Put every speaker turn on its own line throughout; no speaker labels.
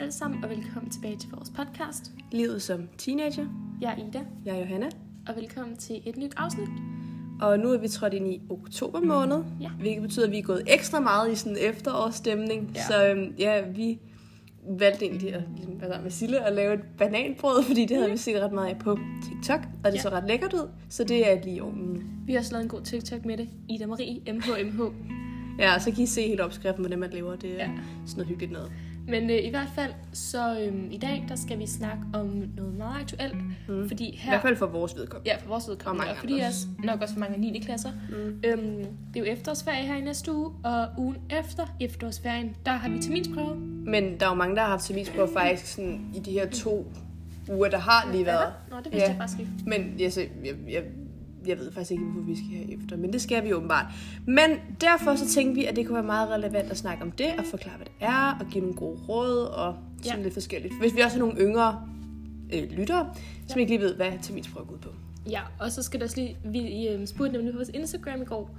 alle sammen, og velkommen tilbage til vores podcast.
Livet som teenager.
Jeg er Ida,
Jeg er Johanna.
og velkommen til et nyt afsnit.
Og nu er vi trådt ind i oktober måned,
Ja.
hvilket betyder, at vi er gået ekstra meget i sådan en efterårsstemning.
Ja.
Så øhm, ja, vi valgte egentlig at, ligesom, være sammen med Sille og lave et bananbrød, fordi det havde vi set ret meget af på TikTok, og det
Mm. Ja.
så ret lækkert ud, så det er lige i ovnen.
Vi har også lavet en god TikTok med det. Ida Marie, MHMH.
Ja, og så kan I se hele opskriften, hvordan man laver det.
Ja.
Ja. Sådan noget hyggeligt noget.
Men øh, i hvert fald, så øh, i dag, der skal vi snakke om noget meget aktuelt. Mm. Fordi
I
her...
hvert fald for vores vedkommende.
Ja, for vores vedkommende, og,
Og mange
og fordi
andres.
også, nok også for mange af 9. klasser. Mm. Øhm, det er jo efterårsferie her i næste uge, og ugen efter efterårsferien, der har vi terminsprøve.
Men der er jo mange, der har haft terminsprøver faktisk sådan, i de her to uger, der har lige været.
Nå, det vidste
Ja.
jeg faktisk ikke.
Men jeg, jeg, jeg, jeg ved faktisk ikke, hvorfor vi skal have efter, men det skal vi åbenbart. Men derfor så tænkte vi, at det kunne være meget relevant at snakke om det, og forklare, hvad det er, og give nogle gode råd, og sådan
Ja.
ja. lidt forskelligt. Hvis vi også har nogle yngre øh, lyttere, som ikke lige ved, hvad terminsprøver går ud på.
Ja, og så skal der også lige, vi øh, spurgte nemlig på vores Instagram i går,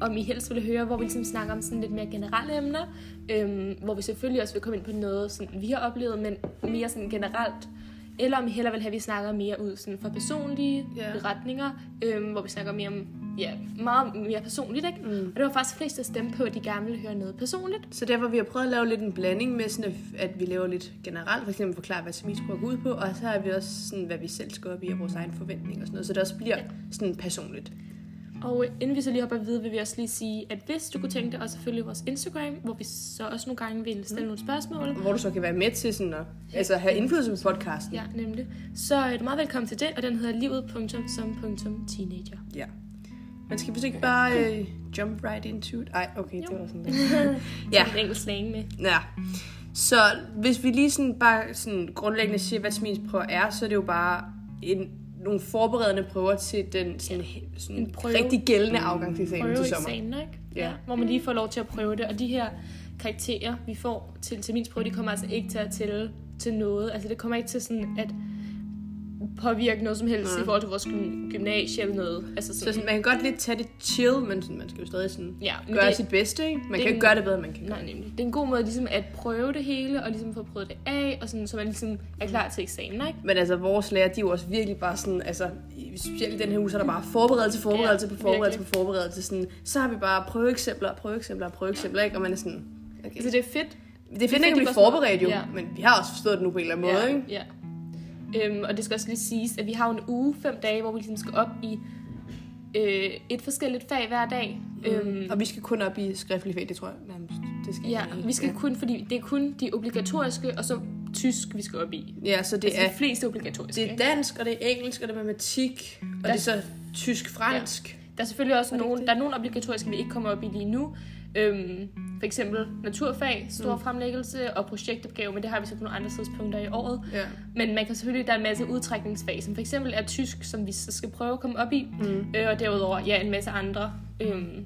om I helst ville høre, hvor vi ligesom snakker om sådan lidt mere generelle emner, øhm, hvor vi selvfølgelig også vil komme ind på noget, sådan, vi har oplevet, men mere sådan generelt, eller om I hellere vil have, at vi snakker mere ud sådan for personlige
Ja.
retninger, øhm, hvor vi snakker mere om, ja, meget mere personligt, ikke? Mm. Og det var faktisk flest, der stemte på, at de gerne ville høre noget personligt.
Så derfor vi har prøvet at lave lidt en blanding med, sådan at, at vi laver lidt generelt, for eksempel forklare, hvad terminsprøver går ud på, og så har vi også sådan, hvad vi selv skal op i, og vores egen forventning og sådan noget, så det også bliver sådan personligt.
Og øh, inden vi så lige hopper videre, vil vi også lige sige, at hvis du kunne tænke dig også at følge vores Instagram, hvor vi så også nogle gange vil stille mm. nogle spørgsmål,
Hvor du så kan være med til sådan at altså, have indflydelse på podcasten.
Ja, nemlig. Så er du meget velkommen til det, og den hedder livet.som.teenager.
Ja. Men skal vi så ikke bare øh, jump right into it? Ej, okay, det var sådan lidt. ja,
Ja. En engelsk slang med.
ja. Så hvis vi lige sådan bare sådan grundlæggende siger, hvad terminsprøver er, så er det jo bare en, nogle forberedende prøver til den sådan, sådan
En
en
prøve. Mm.
rigtig gældende afgangseksamen til sommer.
Prøveeksamen, ikke?
Ja.
Hvor man lige får lov til at prøve det. Og de her karakterer, vi får til terminsprøve, de kommer altså ikke til at tælle til noget. Altså det kommer ikke til sådan at påvirke noget som helst mm. i forhold til vores gym- gymnasie eller noget. Altså
Så
sådan,
sådan, man kan godt lidt tage det chill, men sådan, man skal jo stadig sådan
Ja, men
gøre
det-
det, sit bedste, ikke?
det
Man
er
kan
en-
ikke gøre det bedre, end man kan gøre.
Nej, nemlig. Det er en god måde ligesom at prøve det hele, og ligesom få prøvet det af, og sådan, så man ligesom er klar til eksamen, ikke?
Men altså, vores lærer, de er jo også virkelig bare sådan, altså, i- specielt i den her uge, så er der bare forberedelse, forberedelse
Ja,
på forberedelse
virkelig.
på forberedelse. Sådan, så har vi bare prøveeksempler, prøveeksempler, prøveeksempler, ikke? Og man er sådan, okay.
Altså det er fedt,
det er
det
fedt, at vi
var
er
sådan noget-
forberedt jo,
ja.
men vi har også forstået det nu på en eller anden måde,
ja,
ikke?
Ja. Øhm, og det skal også lige siges, at vi har jo en uge, fem dage, hvor vi ligesom skal op i øh, et forskelligt fag hver dag. Mm. Øhm,
Og vi skal kun op i skriftlig fag, det tror jeg nærmest. Det skal
ja,
ikke-
vi skal kun, fordi det er kun de obligatoriske, og så tysk, vi skal op i.
Ja, så det
Det er
er,
de fleste obligatoriske.
det er
ikke?
dansk, og det er engelsk, og det er matematik, og det er så tysk-fransk.
Der er selvfølgelig også
det ikke
nogle,
det?
der er nogle obligatoriske, vi ikke kommer op i lige nu. Øhm, for eksempel naturfag, stor mm. fremlæggelse og projektopgave, men det har vi så på nogle andre tidspunkter i året.
Ja.
Men man kan selvfølgelig, der er en masse udtrækningsfag, som for eksempel er tysk, som vi så skal prøve at komme op i. Mm. Øh, og derudover, ja, en masse andre, øhm,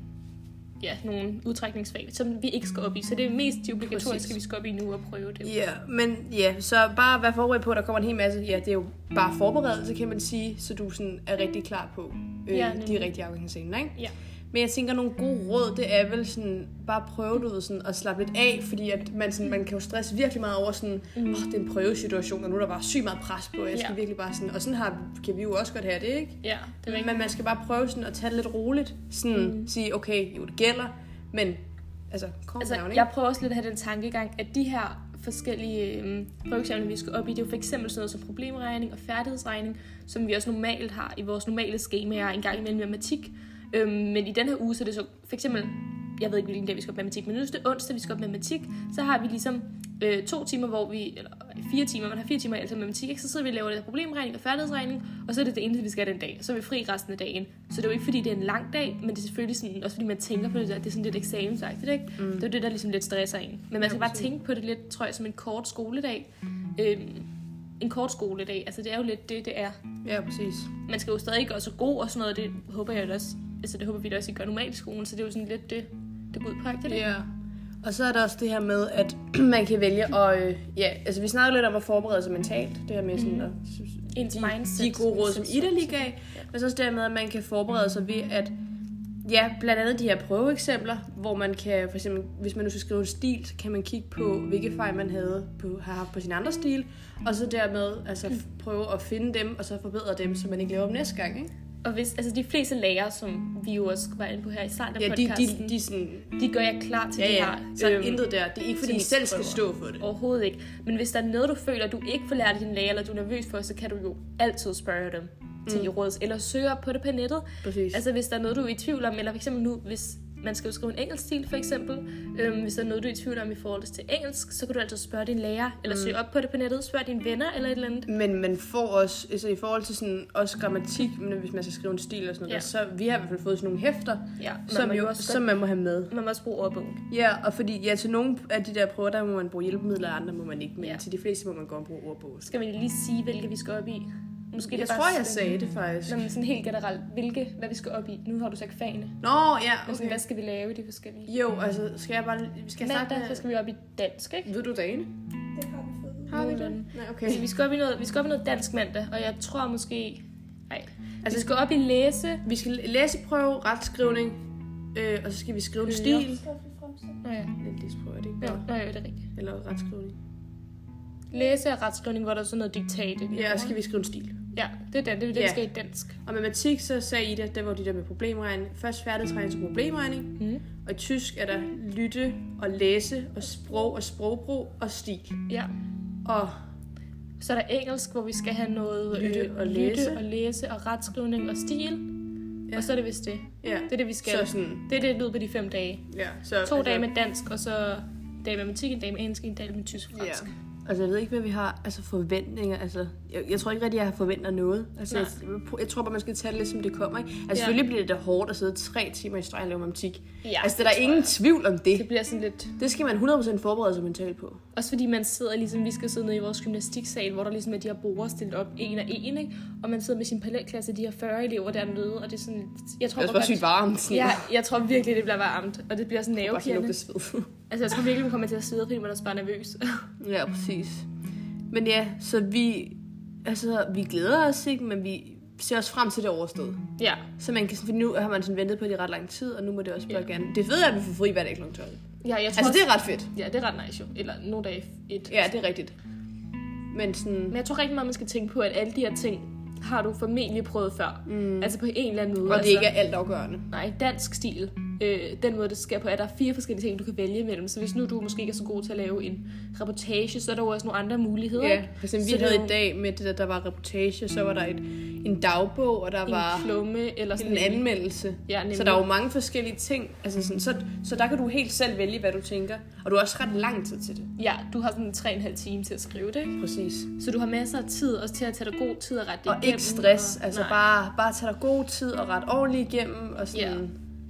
ja, nogle udtrækningsfag, som vi ikke skal op i. Så det er mest de obligatoriske, Præcis.
Præcis.
vi skal op i nu og prøve det.
Ja, men ja, så bare vær forberedt på, at der kommer en hel masse. Ja, det er jo bare forberedelse, kan man sige, så du sådan er rigtig klar på øh,
Ja,
ja,
nemlig.
de rigtige afgangsscener, ikke?
Ja.
Men jeg tænker, nogle gode råd, det er vel sådan, bare prøve du ved, sådan, at slappe lidt af, fordi at man, sådan, man kan jo stresse virkelig meget over sådan, åh, oh, det er en prøvesituation, og nu er der bare sygt meget pres på, og jeg skal
Mm. Ja.
ja. virkelig bare sådan, og sådan har, kan vi jo også godt have det, ikke?
Ja, det er rigtigt.
Men man skal bare prøve sådan at tage det lidt roligt, sådan mm. sige, okay, jo det gælder, men altså, kom
Altså,
down, ikke?
jeg prøver også lidt at have den tankegang, at de her forskellige øhm, prøveeksamener, vi skal op i, det er jo for eksempel sådan noget som problemregning og færdighedsregning, som vi også normalt har i vores normale skemaer en gang imellem matematik. Øhm, men i den her uge, så er det så for eksempel, jeg ved ikke, hvilken dag vi skal op med matematik, men nu er det onsdag, vi skal op med matematik, så har vi ligesom øh, to timer, hvor vi, eller fire timer, man har fire timer altså med matematik, ikke? så sidder vi og laver det her problemregning og færdighedsregning, og så er det det eneste, vi skal den dag, så er vi fri resten af dagen. Så det er jo ikke, fordi det er en lang dag, men det er selvfølgelig sådan, også fordi man tænker på det der, det er sådan lidt eksamensagtigt, ikke? Mm. Det er jo det, der ligesom lidt stresser en. Men man skal bare tænke på det lidt, tror jeg, som en kort skoledag. Øhm, en kort skoledag, altså det er jo lidt det, det er.
Ja, præcis.
Man skal jo stadig gøre sig god og sådan noget, det håber jeg da også, altså det håber vi da også, I gør normalt i skolen, så det er jo sådan lidt det, det går ud på, ikke? Det er det?
Ja. Og så er der også det her med, at man kan vælge at... Øh, ja, altså vi snakkede lidt om at forberede sig mentalt. Det her med sådan at...
Mm. Ens mindset.
De gode råd, som
mindset.
Ida lige gav. Men så også det her med, at man kan forberede sig ved at Ja, blandt andet de her prøveeksempler, hvor man kan, for eksempel, hvis man nu skal skrive en stil, så kan man kigge på, hvilke fejl man havde på, har haft på sin andre stil, og så dermed altså,
Mm.
f- prøve at finde dem, og så forbedre dem, så man ikke laver dem næste gang, ikke?
Og hvis, altså de fleste lærere, som vi jo også var inde på her i starten af
Ja, de,
podcasten,
de, de er sådan,
de gør jer klar til
ja,
det
ja,
her.
så øhm,
øhm,
intet der. Det er ikke, fordi I selv skal stå for det.
Overhovedet ikke. Men hvis der er noget, du føler, du ikke får lært af din lærer, eller du er nervøs for, så kan du jo altid spørge dem til mm. råds, eller søge op på det på nettet.
Præcis.
Altså hvis der er noget, du er i tvivl om, eller for eksempel nu, hvis man skal jo skrive en engelsk stil for eksempel, øhm, hvis der er noget, du er i tvivl om i forhold til engelsk, så kan du altid spørge din lærer, eller
Mm.
søge op på det på nettet, spørg dine venner eller et eller andet.
Men man får også, altså i forhold til sådan, også grammatik, men hvis man skal skrive en stil og sådan noget,
Ja.
ja. så vi har i hvert fald fået sådan nogle hæfter,
Ja, man
som,
må
jo,
jo også
som man må have med.
Man må også bruge ordbogen.
Ja, og fordi ja, til nogle af de der prøver, der må man bruge hjælpemidler, og andre må man ikke, men
Ja.
ja. til de fleste må man godt bruge ordbog.
Skal vi lige sige, hvilke vi skal op i? Måske
Jeg
det er bare
tror, jeg
sådan-
sagde det faktisk.
Nå, men sådan helt generelt, hvilke, hvad vi skal op i. Nu har du sagt fagene. Men
Nå, ja,
sådan,
okay.
hvad skal vi lave i de forskellige?
Jo, altså, skal jeg bare... Skal jeg starte
Mandag, så
med...
skal vi op i dansk, ikke?
Ved du dagene?
Det har vi fået.
Har vi
Nogenlunde.
det? Nej, okay.
Så vi skal op i noget, vi skal op i noget dansk mandag, og jeg tror måske... Nej. Altså,
Altså-
vi skal op i læse.
Vi skal læseprøve, retskrivning, øh, og så skal vi skrive en
Øh,
stil.
Skriftlig fremstilling.
Nå ja,
Ja, Læseprøve er det ikke
jo,
bare.
nå, jo, det er rigtigt.
Eller retskrivning.
Læse og retskrivning, hvor der er sådan noget diktat. i.
Ja, og så skal vi skrive en stil.
ja, det er den, det er den,
Ja.
vi skal i dansk.
Og matematik, så sagde Ida, der var de der med problemregning. Først færdigtræning til problemregning.
Mm.
Og i tysk er der lytte og læse og sprog og sprogbrug og stil.
Ja.
Og
Så er der engelsk, hvor vi skal have noget øh,
Lytte og læse.
lytte og læse og retskrivning og stil.
Ja.
Ja. Og så er det vist det.
ja,
Det er det, vi skal.
så sådan,
Det er det, der lyder på de fem dage.
ja. Så, altså,
To dage med dansk, og så en dag med matematik, en dag med engelsk, en dag med tysk og fransk.
Ja. Altså, jeg ved ikke, hvad vi har altså forventninger. Altså, jeg, jeg tror ikke rigtig, jeg har forventer noget. Altså, jeg, jeg, tror bare, man skal tage det lidt, som det kommer. Ikke? Altså,
Ja.
ja. selvfølgelig bliver det da hårdt at sidde tre timer i streg og lave matematik.
Ja,
Ja, altså, der
det
er der ingen jeg. tvivl om
Det
det.
bliver sådan lidt...
Det skal man 100% forberede sig mentalt på.
Også fordi man sidder ligesom, vi skal sidde nede i vores gymnastiksal, hvor der ligesom er de her borer stillet op en og en, ikke? Og man sidder med sin parallelklasse, de her 40 elever dernede, og det er sådan... lidt- Jeg tror,
Det
godt-
er også bare sygt varmt. Sådan.
Ja, jeg tror virkelig, det bliver varmt, og det bliver sådan
bare sådan
nervepirrende.
lugte sved.
Altså, jeg tror virkelig, man kommer til at sidde, fordi man er også bare nervøs.
Ja, præcis. Men ja, så vi, altså, vi glæder os ikke, men vi ser også frem til det overstået.
ja,
Så man kan, for nu har man sådan ventet på det i ret lang tid, og nu må det også bare gerne. Det er fedt, at vi får fri hver dag kl. 12.
ja jeg tror
Altså, det
også-
er ret fedt.
Ja, det er ret nice jo. Eller nogle dage et.
Ja, det er rigtigt. Men sådan...
Men jeg tror rigtig meget, man skal tænke på, at alle de her ting har du formentlig prøvet før. Mm. Altså på en eller anden måde.
Og
altså,
det ikke er alt afgørende.
nej, dansk stil. Øh, den måde, det sker på, er, at der er fire forskellige ting, du kan vælge imellem. Så hvis nu du måske ikke er så god til at lave en reportage, så er der jo også nogle andre muligheder.
Ja,
ikke?
for eksempel,
Så
vi havde
der-
i dag med det der, der var reportage, så var der et, en dagbog, og der var
En klumme eller sådan
en anmeldelse.
Ja, nemlig.
så der er jo mange forskellige ting. Altså sådan, så, så der kan du helt selv vælge, hvad du tænker. Og du har også ret lang tid til det.
Ja, du har sådan tre og en halv time til at skrive det, ikke?
Præcis.
Så du har masser af tid også til at tage dig god tid og rette det
Og
igennem,
ikke stress, altså
nej.
bare, bare tage dig god tid og ret ordentligt igennem. Og sådan.
Ja.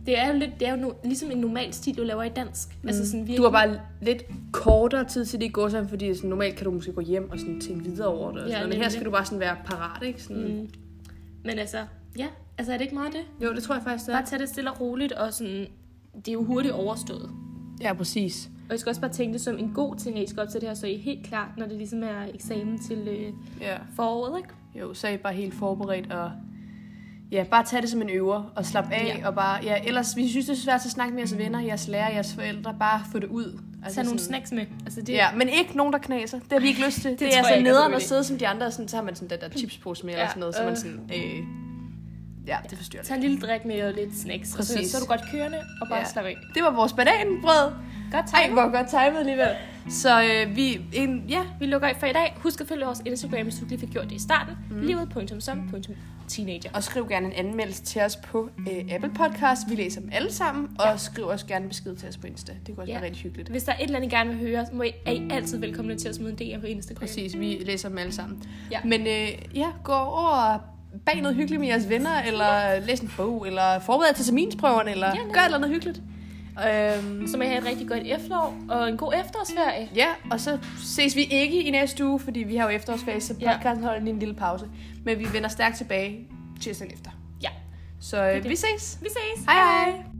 Det er jo, lidt, det er jo no, ligesom en normal stil, du laver i dansk. Mm. Altså sådan virkelig.
Du har bare lidt kortere tid til det i går, fordi sådan, normalt kan du måske gå hjem og sådan tænke videre over det. Og
Ja,
sådan. noget. Men her
nemlig.
skal du bare sådan være parat, ikke? Sådan. Mm.
Men altså, ja. Altså er det ikke meget det?
Jo, det tror jeg faktisk, det er.
Bare tage det stille og roligt, og sådan, det er jo hurtigt overstået.
Ja, præcis.
Og I skal også bare tænke det som en god ting, at I skal op til det her, så I er helt klar, når det ligesom er eksamen til øh,
Ja.
foråret, ikke?
Jo, så er I bare helt forberedt og... Ja, bare tag det som en øver og slap af.
Ja.
Ja. Og bare, ja, ellers, vi synes, det er svært at snakke med jeres venner, jeres lærer, jeres forældre. Bare få det ud.
Altså, Tag nogle snacks med. Altså, det,
Ja, men ikke nogen, der knaser. Det har vi ikke lyst til. det,
tror
det er
jeg
så
ikke er en
nederen
god
at
idé.
sidde som de andre, og sådan, så har man sådan den der chipspose med, eller
Ja,
sådan noget, så man
øh.
sådan, øh, ja, det forstyrrer lidt.
Tag en lille drik med og lidt snacks. Og så,
Præcis.
så er du godt kørende, og bare ja.
Ja.
slap af.
Det var vores bananbrød.
Godt
Ej,
tak.
hvor godt timet alligevel. Så øh, vi, en, ja,
Vi lukker af for i dag. Husk at følge vores Instagram, hvis du ikke lige fik gjort det i starten. Mm. Livet.som.teenager.
og skriv gerne en anmeldelse til os på øh, Apple Podcast. Vi læser dem alle sammen, og skriv også gerne en besked til os på Insta. Det kunne også
Ja.
være rigtig hyggeligt.
Hvis der er et eller andet, I gerne vil høre, må I, er I altid velkomne til at smide en DM på Instagram.
Præcis, vi læser dem alle sammen.
Øhm. Ja.
Men øh, ja, gå over bag noget hyggeligt med jeres venner, eller læs en bog, eller forbered jer til terminsprøverne, eller
Ja,
ja,
nemlig.
gør et eller andet hyggeligt. Øhm,
Så må I have et rigtig godt efterår, og en god efterårsferie.
ja, og så ses vi ikke i næste uge, fordi vi har jo efterårsferie, så
Ja.
podcasten holder lige en lille pause. Men vi vender stærkt tilbage tirsdagen efter.
Ja,
Så øh,
det.
vi ses.
vi ses.
Hej hej.